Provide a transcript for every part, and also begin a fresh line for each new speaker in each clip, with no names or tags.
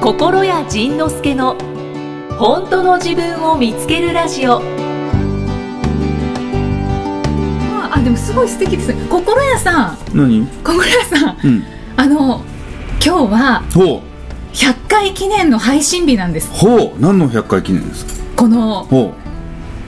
心谷仁之助の本当の自分を見つけるラジオ
まあ、あでもすごい素敵ですね心屋さん
何
心屋さん
うん
あの今日は
ほう
100回記念の配信日なんです
ほう何の100回記念ですか
この
ほ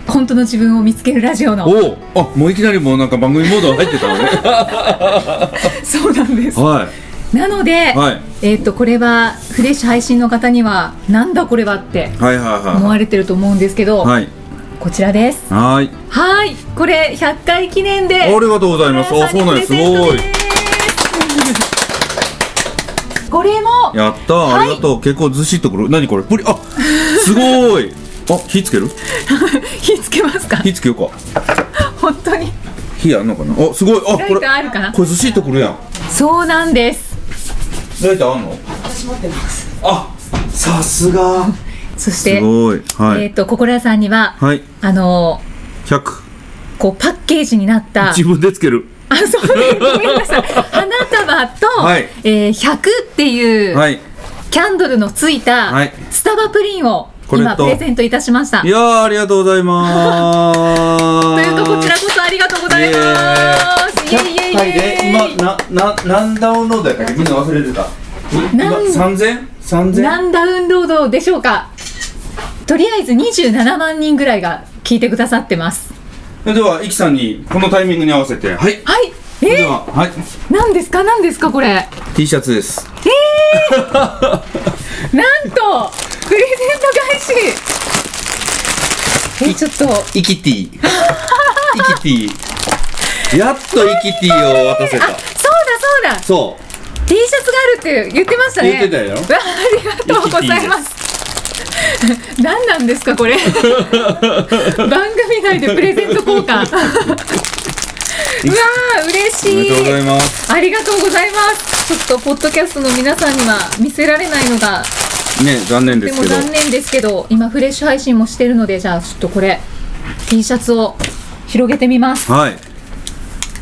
本当の自分を見つけるラジオ
うほ
の
うあもういきなりもうなんか番組モード入ってた のね
そうなんです
は
なので、
い、はい、
えーっとこれはフレッシュ配信の方にはなんだこれはって
はいはい
思
は
われてると思うんですけど、
いはい
こちらです
はい
はいこれ100回記念で
ありがとうございます
心
あそう
屋さ
なん
ん
で
に
す
プレゼ
す
ント
ごい
ですこれも
やったーありがとう結構ずしっとくる何これプリあす ごいあ火つける
火つけますか
火つけようか
本当に
火あんのかなあすごいあ
ラ
こ
イ
れ
ターあるかな
これずしっとくるやん
そうなんです
ライターあんの私持ってますあさすが
そし
す
て
ごいは
え
い
っ、と心屋さんには、
はい
あの
100
こうパッケージになった
自分でつける
あそうですごめんなさい花束と、
はい
えー100っていう、
はい
キャンドルのついた、
はい
スタバプリンを
これと
今プレゼントいたしま した
いやーありがとうございます
というかこちらこそありがとうございますイエイイエイ
100回で今なな何ダウンロードやったっけみんな忘れてた今
何
30003000
何ダウンロードでしょうかとりあえず27万人ぐらいが聞いてくださってます
ではイキさんにこのタイミングに合わせてはい
はい
で
え
ははい
ー、何ですか何ですかこれ
T シャツです
なんとプレゼント返しえちょっと
イキティ イキティやっとイキティを渡せ
あそうだそう
た
だ
そ
T シャツがあるって言ってましたね
言ってたよ
わありがとうございます何なんですかこ れ番組内でプレゼント交換うわあ嬉し
うおめでとうござい
い
ます
ありがとうございますちょっとポッドキャストの皆さんには見せられないのが
ね残念で
ですも
けど
残念ですけど今フレッシュ配信もしてるのでじゃあちょっとこれ T シャツを広げてみます
はい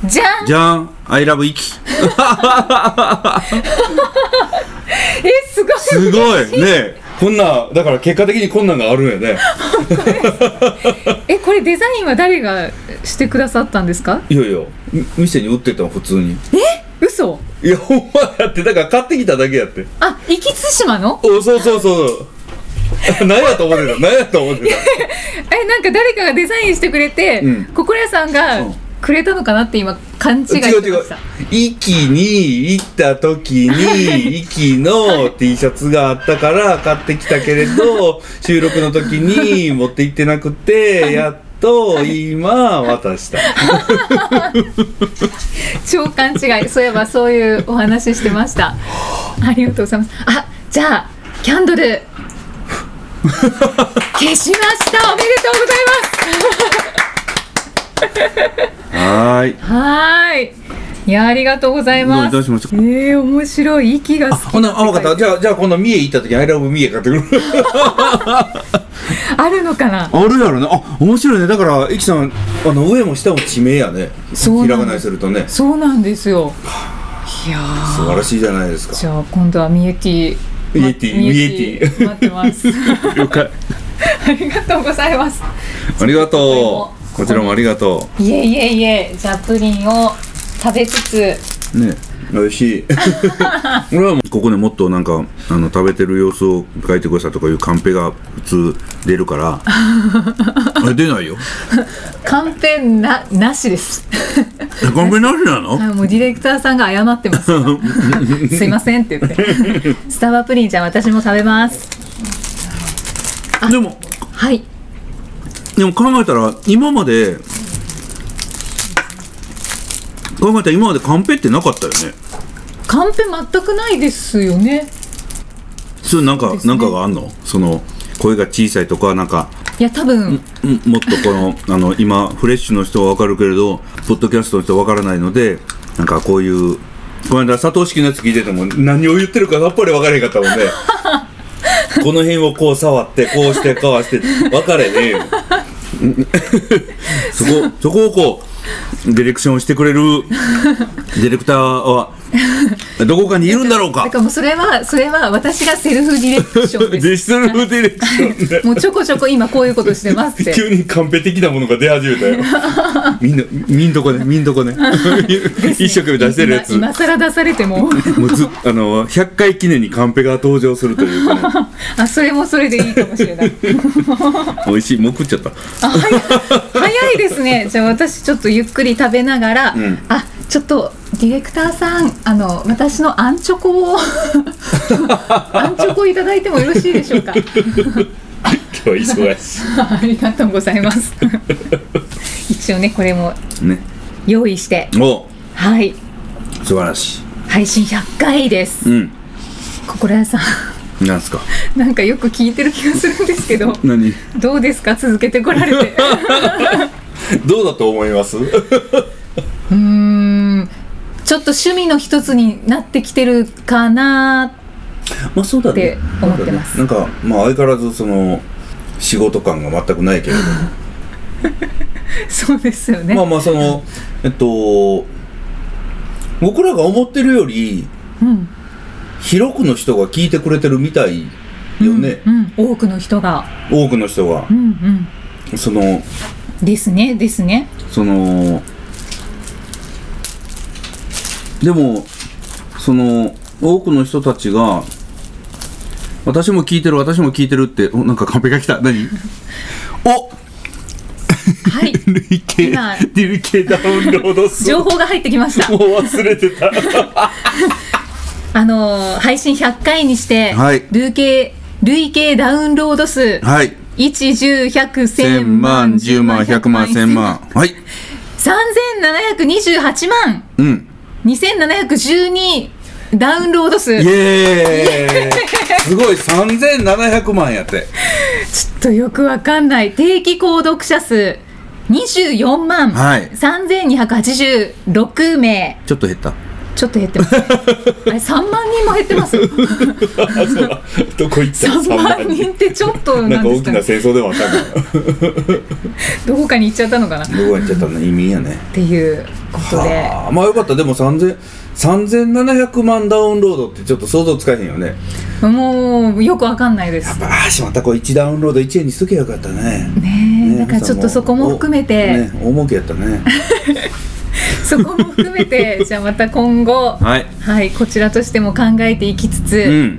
じゃん
じゃん I love イキ
えすごい
すごいねこんなだから結果的にこんなんがあるんやね
えこれデザインは誰がしてくださったんですか
いやいやみ店に売ってたの普通に
嘘
いやほんまやってだから買ってきただけやって
あ壱岐対馬の
おそうそう そう何やと思ってた何やと思ってた
えなんか誰かがデザインしてくれて、
うん
心屋さん
う
が
ん
くれたのかなって今勘違いしてま
違う違う
した
息に行った時 に息の T シャツがあったから買ってきたけれど収録の時に持って行ってなく てやっと今渡した
超勘違いそういえばそういうお話してました ありがとうございますあじゃあキャンド ル消しましたおめでとうございます
はーい
はーいいやありがとうございます
どういたしまして
えー、面白い息が好き
ほなあ分かったじゃあじゃあ今度三重行った時「アイラブ三重」買ってくる
あるのかな
あるやろねあ面白いねだからいきさんあの上も下も地名やね
そう
ひ
な
ら
んです
がなにするとね
そうなんですよいやー
素晴らしいじゃないですか
じゃあ今度はミエティ
ミエティ
ま
ミエティ
待ってます
了解
ありがとうございます
ありがとうこちらもありがと
いえいえいえじゃあプリンを食べつつ
うね美 味しい俺はもうここでもっとなんかあの食べてる様子を書いてくださいとかいうカンペが普通出るから あれ出ないよ
カンペななし です
えカンペなしなの
あもうディレクターさんが謝ってますすいませんって言 ってスタバプリンじゃあ私も食べます
でも
はい
でも考えたら今まで考えたら今までカンペってなかったよね
カンペ全くないですよね
そうなんか、
です
な
ね
んかがあんのその声が小さいとかなんか
いや多分
んもっとこのあの今フレッシュの人は分かるけれどポッドキャストの人は分からないのでなんかこういうこの間佐藤式のやつ聞いてても何を言ってるかさっぱり分からへんかったもんねこの辺をこう触ってこうしてこうして分かれねえよそこそこをこうディレクションしてくれるディレクターはどこかにいるんだろうか
だからもうそれはそれは私がセルフディレクション です
デジタルディレクションで
もうちょこちょこ今こういうことしてますって
急にカンペ的なものが出始め たよみんなみんとこねみんとこね一生懸命出してるやつ
今今更出されて も
もうずあの100回記念にカンペが登場するというか ね
あそれもそれでいいかもしれない
美味しいもう食っちゃった
あ早い早いです ねじゃあ私ちょっとゆっくり食べながら、
ん
あちょっとディレクターさんあの私のアンチョコを アンチョコいただいてもよろしいでし ょうか
今日忙し
ありがとうございます一応ねこれも
いね
用意して
お
はい
素晴らし
配信100回です
いうん
心屋さん
なんすか
なんかよく聞いてる気がするんですけど
何
どうですか続けてこられ て
どうだと思います
うーんちょっと趣味の一つになってきてるかな
まあそうだ
って思ってます
なんかまあ相変わらずその仕事感が全くないけれども
そうですよね、
まあまあそのえっと僕らが思ってるより
うん
広くの人が聞いてくれてるみたいよね、
うん、多くの人が、
多くの人が
うんうん、
その
ですねですね
そのでもその多くの人たちが私も聞いてる私も聞いてるっておなんかカンペが来 た何お
はい
累計
今
累計ダウンロード数
情報が入ってきました
もう忘れ てた
あのー配信100回にして、
はい
累計累計ダウンロード数
はい
1 1 0 0 1 0 0
1000万10万100万1000万はい
3728万
うん
2712ダウンロード数
イ
ちょ
エー イすごい3700万やって
っとよくわかんない定期購読者数24万、
はい
3286名
ちょっと減った
ちょっと減って ます、ね、あれ3万人も減ってます
どこ行った
3万人ってちょっとなんですか,、ね、
戦争でもあ ったんだ
どこかに行っちゃったのかなっ
どこ行っちゃったの移民やね
ていうことで
あーまあよかったでも3000 3700万ダウンロードってちょっと想像つかへんよね
もうよくわかんないです
ああしまったこれ1ダウンロード1円にしとけばよかったね
ねえだからちょっとそこも含めて、
ね大儲けやったね
そこも含めて じゃあまた今後
はい
はい、こちらとしても考えていきつ
う
つ、
ん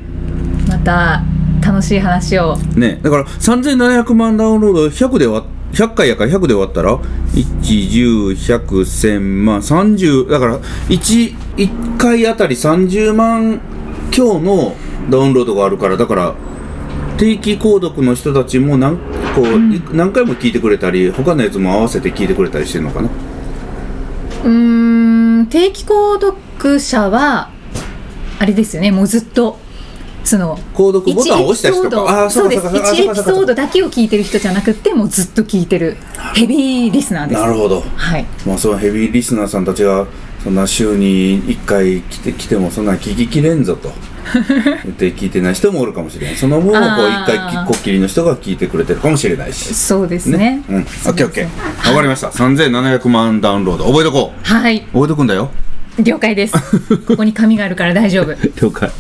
また楽しい話を
ねだから3700万ダウンロード100で割っ100回やから100で割ったら110100100万30だから 1, 1回あたり30万強のダウンロードがあるからだから定期購読の人たちも何こう、い何回も聞いてくれたり他のやつも合わせて聞いてくれたりしてるのかな
うーん定期購読者はあれですよねもうずっとその
購読ボタンを押した
エピソ
人
ード
かああ
そう
か
です
か
1
か
エピ
か
ソー
か
ドだけを聞いてる人じゃなくてもうずっと聞いてるヘビーリスナーです
なるほど
はい
まあ、そのヘビーリスナーさんたちがそんな週に1回来て来てもそんな聞ききれんぞ と言って聞いてない人もおるかもしれないその分をこう
あ
1
ー
回きこっきりの人が聞いてくれてるかもしれないし
そうですね
うんオッケーオッケー分かりました3700万ダウンロード覚えとこう
はい
覚えとくんだよ
了解です ここに紙があるから大丈夫
了解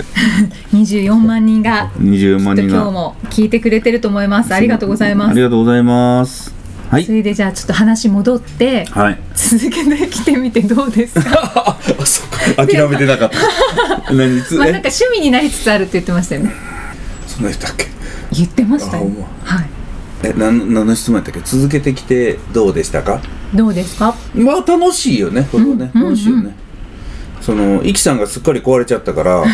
24万人が
20万
きっと
人が
今日も聞いてくれてると思いますありがとうございま
あり
す
がとうございますはい
それでじゃあちょっと話戻って
はい
続けてきてみてどうですか
あそっか諦めてなかった 何つ
まあなん
え
か趣味になりつつあるって言ってましたよね
そんな人だっけ
言ってましたよ、
あほんま
はい
えなん何の質問やったっけ続けてきてどうでしたか
どうですか
まあ楽しいよねこれはね、
うんうんうん
楽しいよねそのイキさんがすっかり壊れちゃったから ね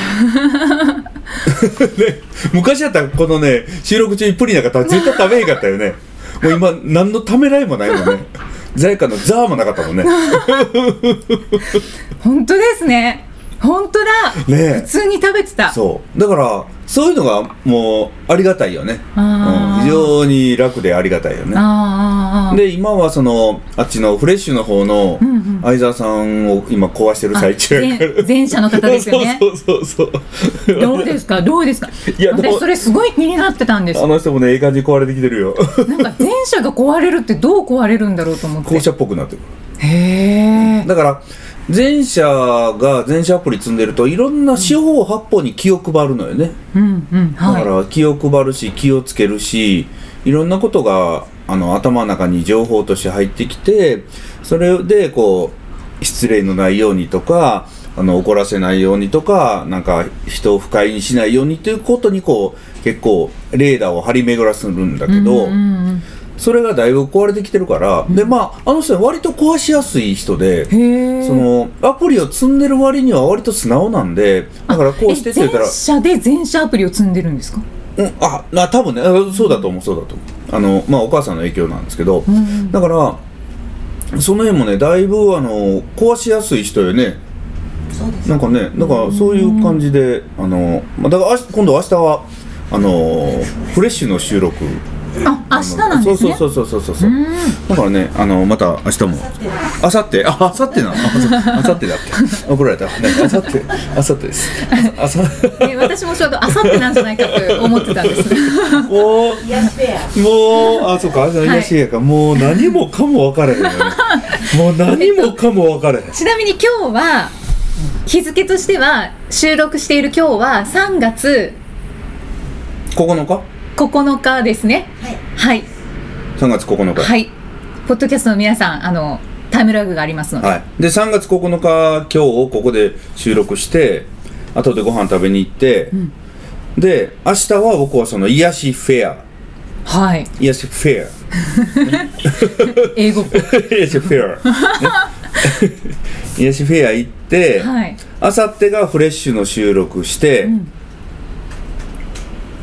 昔やったらこのね収録中にプリンなんか食べ絶対食べへんかったよねもう今何のためらいもないもんね在家のザーもなかっ たもんねね
本当ですね本当だ普
え
通に食べてた
そうだからそういうのがもうありがたいよね、うん
あー
非常に楽でありがたいよね
ああああー
で今はそのあっちのフレッシュの方の
んうん
相沢さんを今壊してる最中やから
前前者の方ですよね
そうそうそうそう
どうですかどうですか
いやでも
私それすごい気になってたんです
あの人もねええ感じに壊れてきて るよ
なんか前者が壊れるってどう壊れるんだろうと思って
校舎っぽくなってる
へえ
だから前者が前者アプリ積んでるといろんな四方八方に気を配るのよね、
うんうんは
だか
い
ら気を配るし気をつけるしいろんなことがあの頭の中に情報として入ってきてそれでこう失礼のないようにとかあの怒らせないようにとかなんか人を不快にしないようにということにこう結構レーダーを張り巡らせるんだけど、
うんうん
それがだいぶ壊れてきてるから、でまああの人は割と壊しやすい人で。
うんへえ
そのアプリを積んでる割には割と素直なんでだからこうしてって言ったら
前者で前者アプリを積んでるんですか
うん、ああ多分ねあそうだと思うそうだと思うあのまあお母さんの影響なんですけど、
うんうん
だからその辺もねだいぶあの壊しやすい人よね
そうです
なんかねだからそういう感じで、あのまあだからあし今度明日はあのフレッシュの収録
あ明日なんですね
そうそうそうそうそうそう
うん
だからねあのまた明日もあさってああさってなのあさってだって 怒られたあさってあさってですあさ
え私もちょうどあさってなんじゃないかと思ってたん です
もうもうあそうかあ癒やしやから、もう何もかも分からへんよ ねもう何もかも分からへん
ちなみに今日は日付としては収録している今日は3月
9日
9日ですねはい
3月9日
はい、ポッドキャストの皆さんあのタイムラグがありますので、
はいで3月9日今日をここで収録して後でご飯食べに行って、
ん
で明日は僕はその癒しフェア
はい、
癒しフ ェア
英語っぽい
癒しフ ェア、ね癒しフェア行って、
はい
あさってがフレッシュの収録して、
ん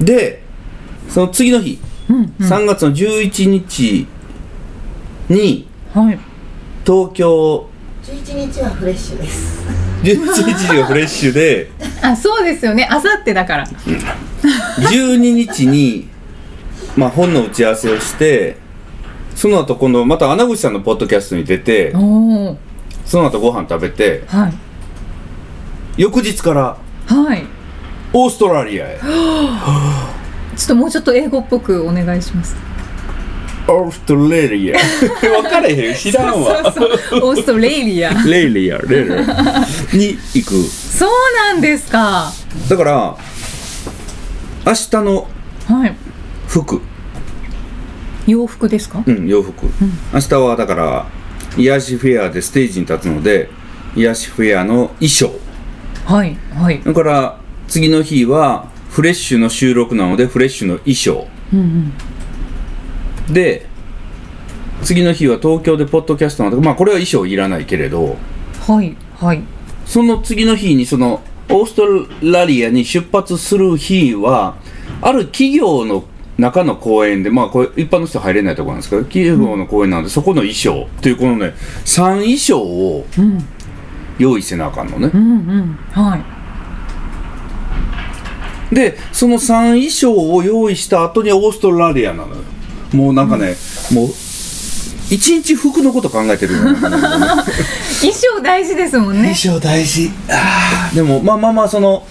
でその次の日、
うん
3月の11日に
はい
東京
11日はフレッシュです。
11日がフレッシュで
あそうですよねあさってだから
12日に、まあ、本の打ち合わせをしてその後今度また穴口さんのポッドキャストに出て
おお
その後ご飯食べて
はい
翌日から
はい
オーストラ リアへ
ちょっともうちょっと英語っぽくお願いします
オーストラリア 分かれへん知らんわ
そうそうそうオーストラリア
レイリアレイリアに行く
そうなんですか
だから明日の
はい
服
洋服ですか
うん洋服、明日はだから癒しフェアでステージに立つので癒しフェアの衣装
はいはい
だから次の日はフレッシュの収録なのでフレッシュの衣装
うん
で次の日は東京でポッドキャストなのでまあこれは衣装いらないけれ
うん
ど
はいはい
その次の日にそのオーストラリアに出発する日はある企業の中の公園でまあこれ一般の人入れないところなんですけど企業の公園なので、そこの衣装っていうこのね3衣装を
うん
用意せなあかんのね
う、んうんはい
でその3衣装を用意した後にオーストラリアなのよもうなんかね、もう一日服のこと考えてるような
衣装大事ですもんね
装大事あーでもまあまあまあその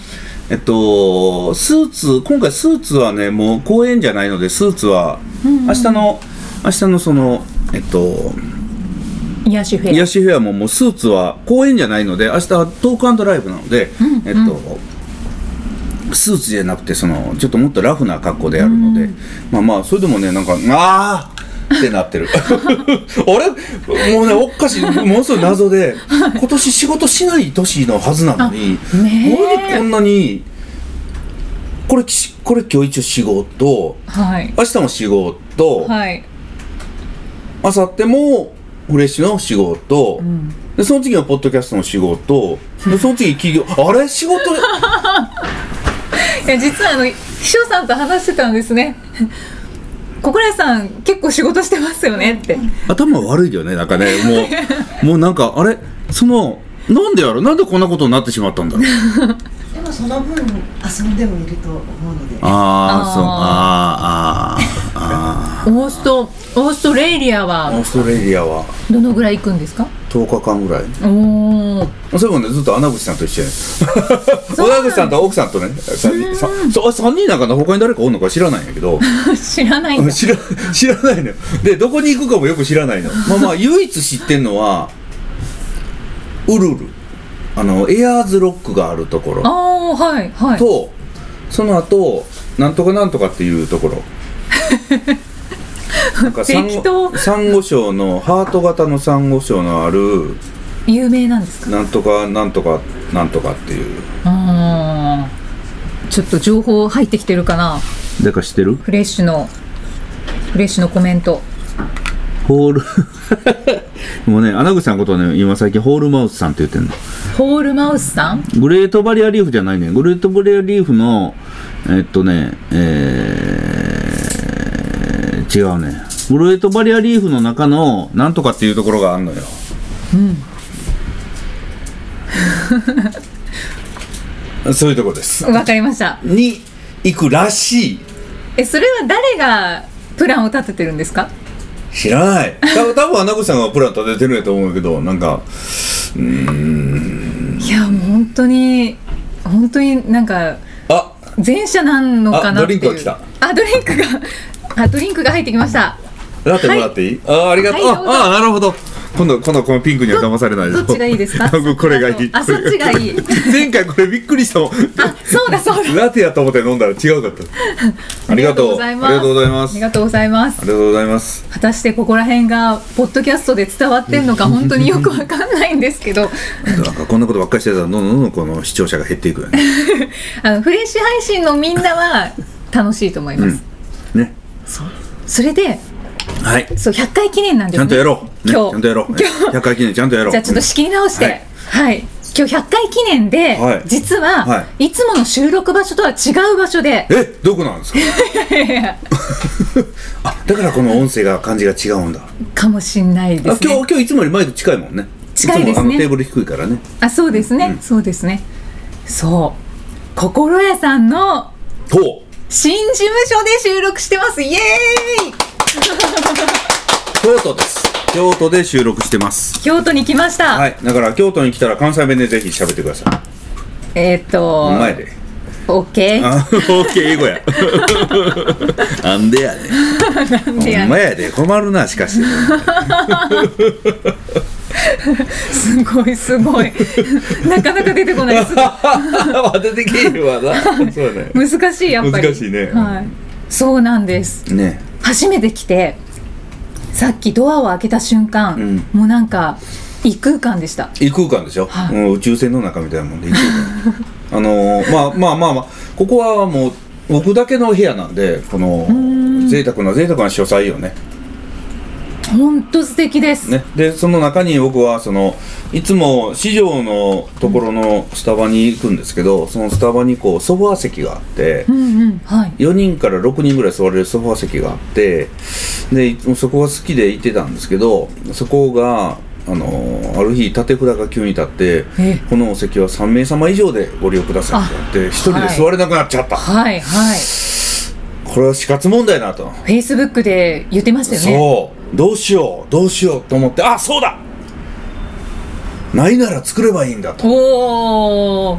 えっとスーツ今回スーツはねもう公演じゃないのでスーツは明日の、明日のそのえっと
癒しフェ
癒
ア
しフェアももうスーツは公演じゃないので明日はトークライブなので、えっとスーツじゃなくてそのちょっともっとラフな格好でやるので、まあまあそれでもねなんかあーってなってる あれもうねおっかしいものすごい謎で今年仕事しない年のはずなのに
あねえ
なんでこんなにこれしこれ今日一応仕事
はい
明日も仕事、
はい
明後日もフレッシュの仕事、
ん
でその次はポッドキャストの仕事でその次企業あれ仕事
いや実はあの秘書さんと話してたんですね小倉さん結構仕事してますよねって
頭悪いよねなんかね もうもうなんかあれそのなんでやろなんでこんなことになってしまったん だろう
でもその分遊んでもいると思うので。
ああそう
あ
あーあな
オーストオーストラリア
オー
は
ストラリアは
どのぐらい行くんですか
10日間ぐらい
おお
そういえばねずっと穴口さんと一緒やね
そうなん
穴口さんと奥さんとね3人さそう三人なんかな他に誰かおんのか知らないんやけど
知らないんだ
知ら知らないのよでどこに行くかもよく知らないのまあまあ唯一知ってんのはウルルあのエアーズロックがあるところ
ああはいはい
とその後なんとかなんとかっていうとこ ろなんかサン
適
ゴ
当
サンゴ礁のハート型のサンゴ礁のある
有名なんですか
なんとかなんとかなんとかっていう
あーちょっと情報入ってきてるかな
だから知ってる
フレッシュのフレッシュのコメント
ホール もうね穴口さんのことはね今最近ホールマウスさんって言ってんの
ホールマウスさん
グレートバリアリーフじゃないねグレートバリアリーフのえっとねえー、違うねグレートバリアリーフの中のなんとかっていうところがあんのようんそういうとこです
わかりました
に行くらしい
えそれは誰がプランを立ててるんですか
知らない多分多分穴子さんがプラン立ててるんやと思うけどなんか
いやもう本当に本当になんか
あ
前者なんのかなっていう
あドリンクが来た
あドリンクがあドリンクが入ってきました
ラテもらっていい、ああありがとう、
はいどうぞ
ああなるほど今度今度このピンクには騙されないぞ
どどっちがいいですか
僕 これがいい
あそっちがいい
前回これびっくりしたもん
あそうだそうだ
ラテやと思って飲んだら違うかっ たありがとう
あ
あ
り
り
が
が
とうご
とうご
ざ
ざ
い
い
ま
ます
あ
す
りがとうございます
ありがとうございます
果たしてここら辺がポッドキャストで伝わってんのか本当によくわかんないんですけど
なんかこんなことばっかりしてたらどんどんどんどんこの視聴者が減っていくよね
あのフレッシュ配信のみんなは楽しいと思います、
ね
それで
はい
そう100回記念なんで
ち
す、
ゃ
ね、
んとやろう、ね、ち
今日
ゃんとやろう、
今
ね、
日
100回記念ちゃんとやろう
じゃあちょっと仕切り直して、
は
はい
い、
今日100回記念で、
はい
実は、、
はい
つもの収録場所とは違う場所で、
えどこなんですか あだからこの音声が感じが違うんだ
かもしんないで
あ
す
今
ね。
日今日いつもよりマイク近いもんね
近いですね
つもあのテーブル低いからね
あ、そうですね、そうですね。そう、心屋さんの
ほう
新事務所で収録してます。イエーイ。
京都です京都で収録してます
京都に来ました。
はいだから京都に来たら関西弁でぜひ喋ってください
えっ、と、
前で
オッケー。
あオッケー英語 やなんでやね
なんでや
ほんまやで困るなし かし
すごいすご い。なかなか出てこないです。
当ててけえわなそうね
難しいやっぱり。
難しいね
はい。そうなんです。
ね
初めて来てさっきドアを開けた瞬間、
うん
もうなんか異空間でした
異空間でしょ、
はい
もう宇宙船の中みたいなもんで異空間あのーまあまあまあまあここはもう僕だけの部屋なんでこの贅沢な贅沢な書斎よね
ほんと素敵です、
ね、でその中に僕はそのいつも市場のところのスタバに行くんですけどそのスタバにこうソファー席があって
うんうんはい
4人から6人ぐらい座れるソファー席があってでいつもそこが好きで行ってたんですけどそこが。あのーある日立て札が急に立って
え
「このお席は3名様以上でご利用ください」って言って一人で座れなくなっちゃった、
はいはい
これは死活問題だと
フェイスブックで言ってましたよね
そうどうしようどうしようと思ってあそうだないなら作ればいいんだと
おー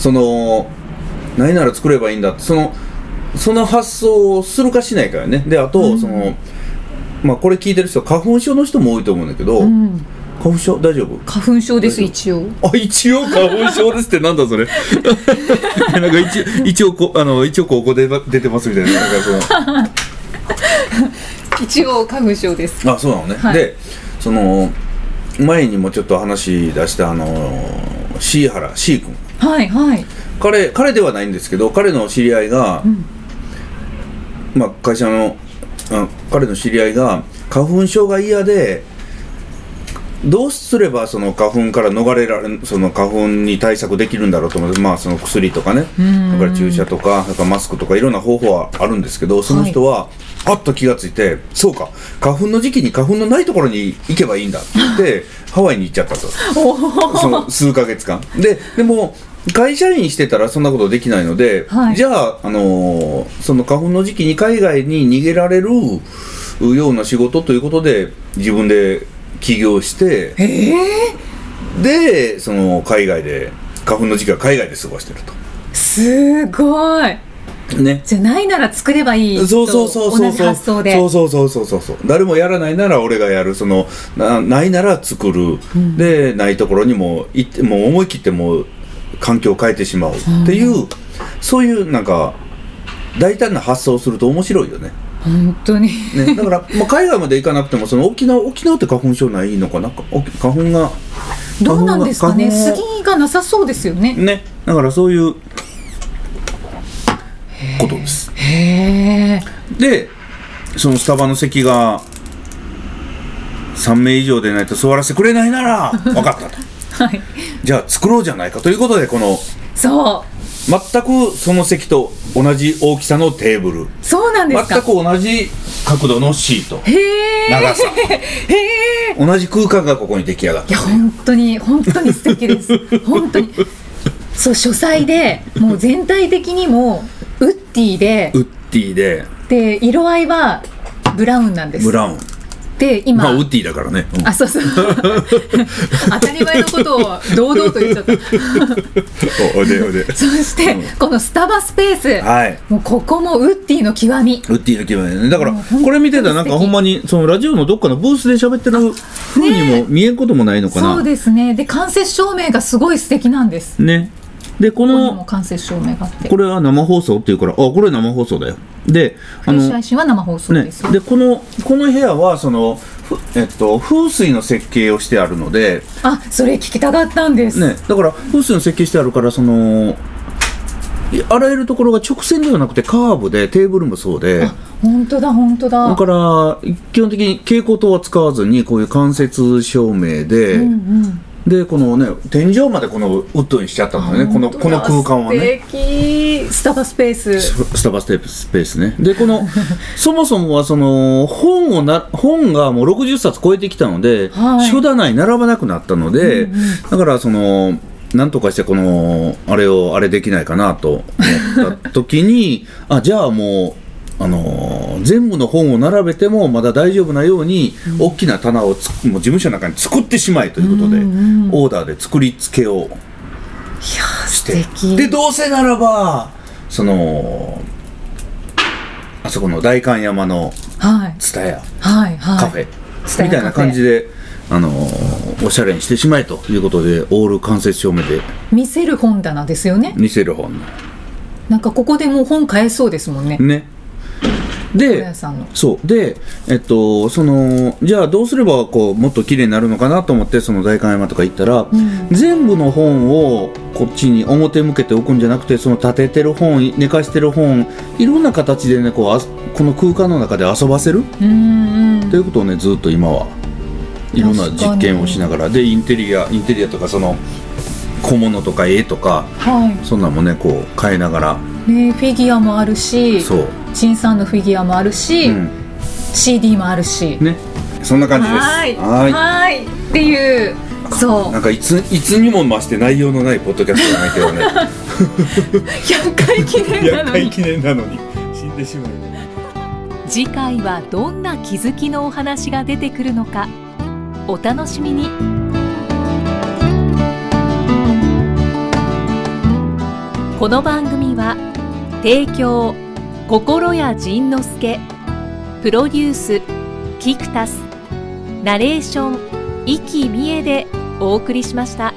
そのないなら作ればいいんだってそのその発想をするかしないかよねであと、そのまあこれ聞いてる人花粉症の人も多いと思うんだけど、
うん
花粉症大丈夫
花粉症です
大丈夫
一応
あ一応花粉症ですってなんだそれ なんか一応一応こあの一応ここで出てますみたいななんかその
一応花粉症です
あそうなのね、
はい
でその前にもちょっと話し出したあのー C 原 C 君
はいはい
彼彼ではないんですけど彼の知り合いが、
ん
まあ、会社のあ彼の知り合いが花粉症が嫌でどうすればその花粉から逃れられその花粉に対策できるんだろうと思って、まあ、その薬とかねだから注射とかなんかマスクとかいろんな方法はあるんですけどその人は、あっと気がついてそうか花粉の時期に花粉のないところに行 けばいいんだって言ってハワイに行っちゃったと。
おー
その数ヶ月間ででも会社員してたらそんなことできないので、
はい
じゃあ、あのーその花粉の時期に海外に逃げられるような仕事ということで自分で起業して
ええ
でその海外で花粉の時期は海外で過ごしてる
すごい
とね
じゃあないなら作ればいい
そうそうそう
と
そ
同
う
じ
そう
発
そ
想
う
で
そうそうそうそうそう誰もやらないなら俺がやるそのなないなら作る、でないところにも行ってもう思い切ってもう環境を変えてしまうっていう、そういうなんか大胆な発想をすると面白いよね
本当に
ねだから、まあ、海外まで行かなくてもその沖縄沖縄って花粉症ないのかなかお花粉が
どうなんですかね
花粉を
杉がなさそうですよね
ねだからそういうことです
へえ
でそのスタバの席が3名以上でないと座らせてくれない なら分かったと
はい
じゃあ作ろうじゃないかということでこの
そ
全くその席と同じ大きさのテーブル
うそうなんで
全
すか
く同じ角度のシート
へえ
長さ
へえ
同じ空間がここに出来上がっ
いや
た
本当に本当に素敵です 本当にそう書斎でもう全体的にもウッディで
ウッディで
で色合いはブラウンなんです
ブラウン
で今、
まあウッディだからね、うん
あそう そう当たり前のことを堂々と言っちゃった
おおで おで
そして、このスタバスペース、
はい
もうここもウッディの極み
ウッディの気分だよねだから
もう本当に
これ見てたらなん
素
か
敵
ほんまにそのラジオのどっかのブースで喋ってる風にも見えんこともないのかな
そうですねで間接照明がすごい素敵なんです
ねで
こ
こ
こにも
の
間接照明があって
これは生放送っていうからあこれ生放送だよであ
フレッシュ
の
配信は生放送
ね
ですよ、
でこのこの部屋はそのふえっと風水の設計をしてあるので
あそれ聞きたかったんです、
ねだから風水の設計してあるからそのいあらゆるところが直線ではなくてカーブでテーブルもそうで
本当だ本当だ
だから基本的に蛍光灯は使わずにこういう間接照明で、
うんうん、
でこのね天井までこのウッドにしちゃったのねこのこの空間はね
素敵スタバスペース
ススタバステープスペースね。で、この、そもそもはその、本をな、本がもう60冊超えてきたので、
はい
書棚に並ばなくなったので、だからその、なんとかしてこの、あれを、あれできないかなと思った時に、あ、じゃあもう、あのー全部の本を並べてもまだ大丈夫なように、大きな棚をつもう事務所の中に作ってしまえということで、オーダーで作り付け
い
を
やー
し
素
て
敵
でどうせならばそのあそこの代官山の
はい
蔦屋
はいはい
カフェ、
蔦屋
みたいな感じで、あのーおしゃれにしてしまえということでオール間接照明で
見せる本棚ですよね
見せる本
なんかここでもう本買えそうですもんね
ね
本
で
屋さんの
そうでえっとそのじゃあどうすればこうもっと綺麗になるのかなと思ってその代官山とか行ったら、
ん
全部の本をこっちに表向けて置くんじゃなくてその立ててる本寝かしてる本いろんな形でねこうあこの空間の中で遊ばせる
うーん
ということをねずっと今はいろんな実験をしながらでインテリアインテリアとかその小物とか絵とか
は
そんなんもねこう変えながら
いねフィギュアもあるし
そう、
陳さんのフィギュアもあるし、
うん、
CD もあるし、
ねそんな感じです
はい
はーい
はいっていうそう
なんかいついつにも増して内容のないポッドキャストじゃないけどね
100回記 念なのに
記念なのに死んでしまう
次回はどんな気づきのお話が出てくるのかお楽しみにこの番組は提供心谷仁之助プロデュースキクタスナレーション生きみえでお送りしました。